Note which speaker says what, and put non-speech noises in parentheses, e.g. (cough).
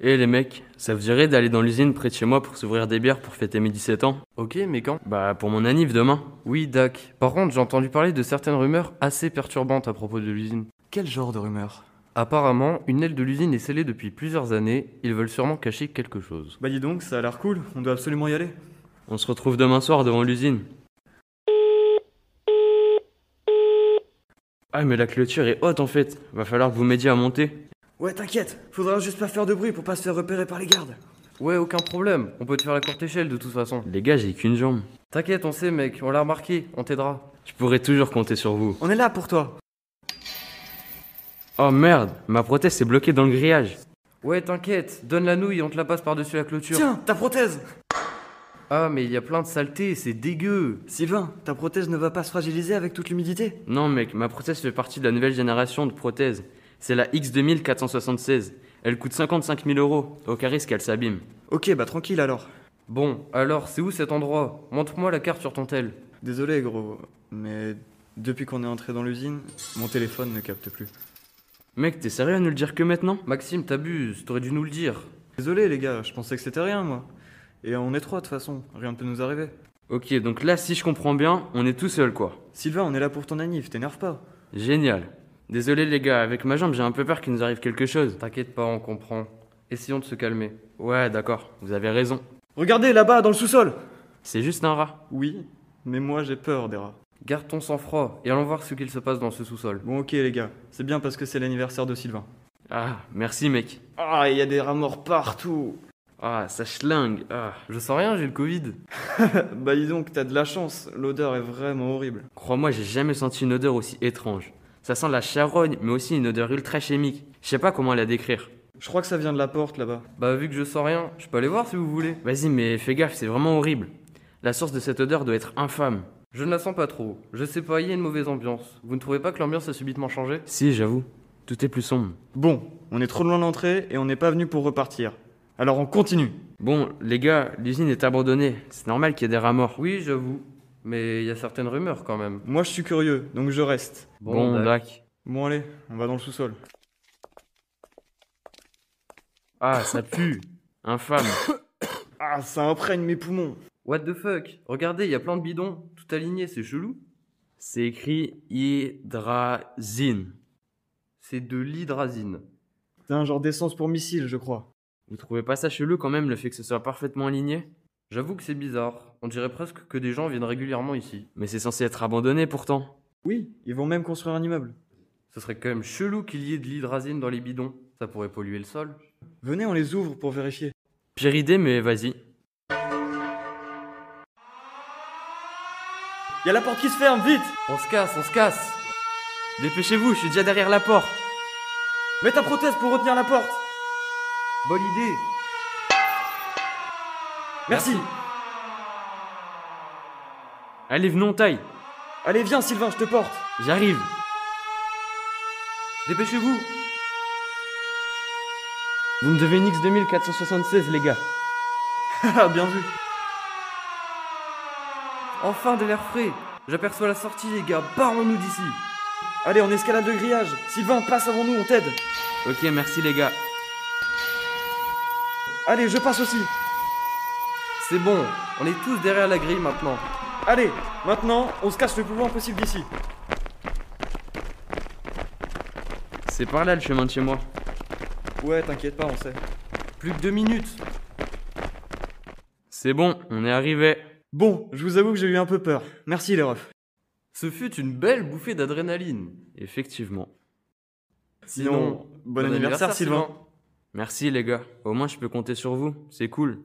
Speaker 1: Eh les mecs, ça vous dirait d'aller dans l'usine près de chez moi pour s'ouvrir des bières pour fêter mes 17 ans
Speaker 2: Ok, mais quand
Speaker 1: Bah pour mon anniv demain.
Speaker 2: Oui, Dak. Par contre, j'ai entendu parler de certaines rumeurs assez perturbantes à propos de l'usine.
Speaker 3: Quel genre de rumeur
Speaker 2: Apparemment, une aile de l'usine est scellée depuis plusieurs années. Ils veulent sûrement cacher quelque chose.
Speaker 3: Bah dis donc, ça a l'air cool, on doit absolument y aller.
Speaker 1: On se retrouve demain soir devant l'usine. Ah mais la clôture est haute en fait, va falloir que vous m'aidiez à monter.
Speaker 4: Ouais, t'inquiète, faudra juste pas faire de bruit pour pas se faire repérer par les gardes.
Speaker 2: Ouais, aucun problème. On peut te faire la courte échelle de toute façon.
Speaker 1: Les gars j'ai qu'une jambe.
Speaker 2: T'inquiète, on sait, mec. On l'a remarqué. On t'aidera.
Speaker 1: Je pourrais toujours compter sur vous.
Speaker 4: On est là pour toi.
Speaker 1: Oh merde, ma prothèse est bloquée dans le grillage.
Speaker 2: Ouais, t'inquiète. Donne la nouille, on te la passe par-dessus la clôture.
Speaker 4: Tiens, ta prothèse
Speaker 2: Ah, mais il y a plein de saletés. C'est dégueu.
Speaker 4: Sylvain, ta prothèse ne va pas se fragiliser avec toute l'humidité
Speaker 1: Non mec, ma prothèse fait partie de la nouvelle génération de prothèses. C'est la X2476. Elle coûte 55 000 euros, aucun risque qu'elle s'abîme.
Speaker 4: Ok, bah tranquille alors.
Speaker 2: Bon, alors, c'est où cet endroit Montre-moi la carte sur ton tel.
Speaker 3: Désolé gros, mais depuis qu'on est entré dans l'usine, mon téléphone ne capte plus.
Speaker 1: Mec, t'es sérieux à nous le dire que maintenant
Speaker 2: Maxime, t'abuses. T'aurais dû nous le dire.
Speaker 3: Désolé les gars, je pensais que c'était rien moi. Et on est trois de toute façon, rien ne peut nous arriver.
Speaker 1: Ok, donc là si je comprends bien, on est tout seul quoi.
Speaker 3: Sylvain, on est là pour ton anif, t'énerve pas.
Speaker 1: Génial. Désolé les gars, avec ma jambe j'ai un peu peur qu'il nous arrive quelque chose.
Speaker 2: T'inquiète pas, on comprend. Essayons de se calmer.
Speaker 1: Ouais d'accord, vous avez raison.
Speaker 4: Regardez là-bas dans le sous-sol
Speaker 1: C'est juste un rat.
Speaker 3: Oui, mais moi j'ai peur des rats.
Speaker 2: Garde ton sang-froid et allons voir ce qu'il se passe dans ce sous-sol.
Speaker 3: Bon ok les gars, c'est bien parce que c'est l'anniversaire de Sylvain.
Speaker 1: Ah, merci mec.
Speaker 4: Ah, il y a des rats morts partout
Speaker 1: Ah, ça schlingue. Ah.
Speaker 2: Je sens rien, j'ai le Covid.
Speaker 3: bah dis donc, t'as de la chance, l'odeur est vraiment horrible.
Speaker 1: Crois-moi, j'ai jamais senti une odeur aussi étrange. Ça sent la charogne, mais aussi une odeur ultra chimique. Je sais pas comment la décrire.
Speaker 3: Je crois que ça vient de la porte là-bas.
Speaker 2: Bah, vu que je sens rien, je peux aller voir si vous voulez.
Speaker 1: Vas-y, mais fais gaffe, c'est vraiment horrible. La source de cette odeur doit être infâme.
Speaker 2: Je ne la sens pas trop. Je sais pas, il y a une mauvaise ambiance. Vous ne trouvez pas que l'ambiance a subitement changé
Speaker 1: Si, j'avoue. Tout est plus sombre.
Speaker 3: Bon, on est trop loin de l'entrée et on n'est pas venu pour repartir. Alors on continue.
Speaker 1: Bon, les gars, l'usine est abandonnée. C'est normal qu'il y ait des rats morts.
Speaker 2: Oui, j'avoue. Mais il y a certaines rumeurs quand même.
Speaker 3: Moi je suis curieux, donc je reste.
Speaker 1: Bon, bah.
Speaker 2: d'ac-
Speaker 1: Dak.
Speaker 3: Bon allez, on va dans le sous-sol.
Speaker 1: Ah, ça pue. Infâme.
Speaker 3: Ah, ça imprègne mes poumons.
Speaker 2: What the fuck Regardez, il y a plein de bidons, tout alignés, c'est chelou.
Speaker 1: C'est écrit hydrazine.
Speaker 2: C'est de l'hydrazine.
Speaker 3: C'est un genre d'essence pour missiles, je crois.
Speaker 1: Vous trouvez pas ça chelou quand même, le fait que ce soit parfaitement aligné
Speaker 2: J'avoue que c'est bizarre. On dirait presque que des gens viennent régulièrement ici.
Speaker 1: Mais c'est censé être abandonné pourtant.
Speaker 3: Oui, ils vont même construire un immeuble.
Speaker 2: Ce serait quand même chelou qu'il y ait de l'hydrazine dans les bidons. Ça pourrait polluer le sol.
Speaker 3: Venez, on les ouvre pour vérifier.
Speaker 1: Pire idée, mais vas-y.
Speaker 4: Y a la porte qui se ferme, vite
Speaker 2: On se casse, on se casse
Speaker 1: Dépêchez-vous, je suis déjà derrière la porte.
Speaker 4: Mets ta prothèse pour retenir la porte
Speaker 2: Bonne idée
Speaker 4: Merci
Speaker 1: Allez, venons, on taille.
Speaker 4: Allez, viens Sylvain, je te porte
Speaker 1: J'arrive.
Speaker 2: Dépêchez-vous
Speaker 1: Vous me devez une X2476, les gars.
Speaker 3: (laughs) Ah, bien vu.
Speaker 2: Enfin de l'air frais J'aperçois la sortie, les gars, barrons-nous d'ici
Speaker 4: Allez, on escalade le grillage Sylvain, passe avant nous, on t'aide
Speaker 1: Ok, merci, les gars.
Speaker 4: Allez, je passe aussi
Speaker 2: C'est bon, on est tous derrière la grille maintenant.
Speaker 4: Allez, maintenant, on se casse le plus loin possible d'ici
Speaker 1: C'est par là le chemin de chez moi.
Speaker 3: Ouais, t'inquiète pas, on sait.
Speaker 2: Plus que deux minutes
Speaker 1: C'est bon, on est arrivé.
Speaker 3: Bon, je vous avoue que j'ai eu un peu peur. Merci les refs.
Speaker 2: Ce fut une belle bouffée d'adrénaline.
Speaker 1: Effectivement.
Speaker 3: Sinon, bon, anniversaire, Sylvain.
Speaker 1: Merci les gars. Au moins je peux compter sur vous. C'est cool.